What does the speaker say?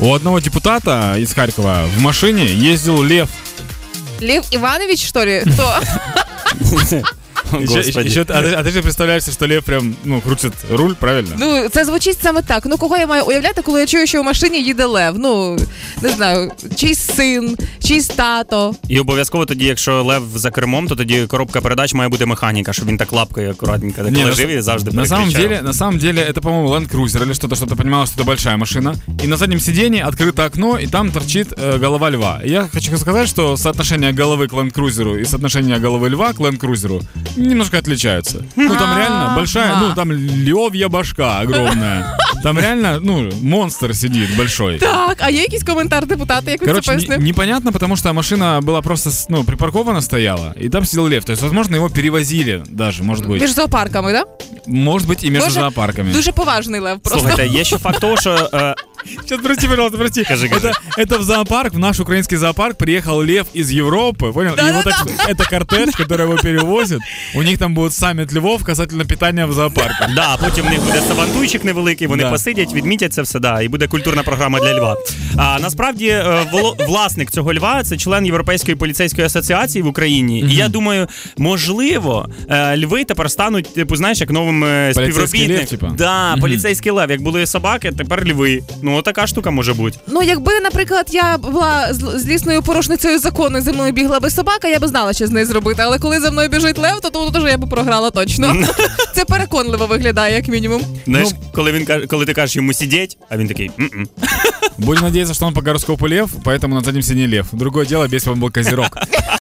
У одного депутата из Харькова в машине ездил лев. Лев Иванович, что ли? Кто? Ще- Господи. ще- а, ти, а ти ж представляєшся, що лев прям ну, крутить руль, правильно? Ну, це звучить саме так. Ну, кого я маю уявляти, коли я чую, що в машині їде лев? Ну, не знаю, чийсь син, чийсь тато. І обов'язково тоді, якщо лев за кермом, то тоді коробка передач має бути механіка, щоб він так лапкою акуратненько так Не, на лежив с- і завжди на самом переключав. деле, на самом деле, это, по-моему, Land Cruiser или что-то, что ты понимала, что это большая машина. И на заднем сидении открыто окно, и там торчит э, голова льва. И я хочу сказать, что соотношение головы к Land Cruiser и соотношение головы льва к Land Cruiser немножко отличаются. Ну, там реально большая, ну, там львья башка огромная. Там реально, ну, монстр сидит большой. Так, а є якийсь коментар депутата, як він це Короче, не- пояснив? непонятно, потому что машина была просто, с- ну, припаркована стояла, и там сидел лев. То есть, возможно, его перевозили даже, может быть. Між зоопарками, так? Может быть, и между Боже, зоопарками. Дуже поважний лев просто. Слухайте, є ще факт того, що е, Сейчас, прости, пожалуйста, прости. Кажи, кажи. Это, это в зоопарк, в наш украинский зоопарк приехал лев из Европы, понял? И его так, это кортеж, который его перевозит. У них там будет саммит львов касательно питания в зоопарке. Да, а потім в них буде сабантуйчик невеликий, вони Да. посидять, відмітять це все, да, і буде культурна програма для льва. А насправді е, воло- власник цього льва це член Європейської поліцейської асоціації в Україні. І я думаю, можливо, е, льви тепер стануть, типу, знаєш, як новим Поліцейський співробітником. лев, типа? Да, поліцейський лев. Як були собаки, тепер льви. Ну, така штука може бути. Ну, якби, наприклад, я була зл- злісною порушницею закону, і за мною бігла би собака, я би знала, що з нею зробити. Але коли за мною біжить лев, то тут теж я би програла точно. Це переконливо виглядає, як мінімум. Знаєш, коли він каже- коли ти кажеш йому сидіть, а він такий. «М-м». Будем надеяться, что он по гороскопу лев, поэтому на заднем сиденье лев. Другое дело, если бы он был козерог.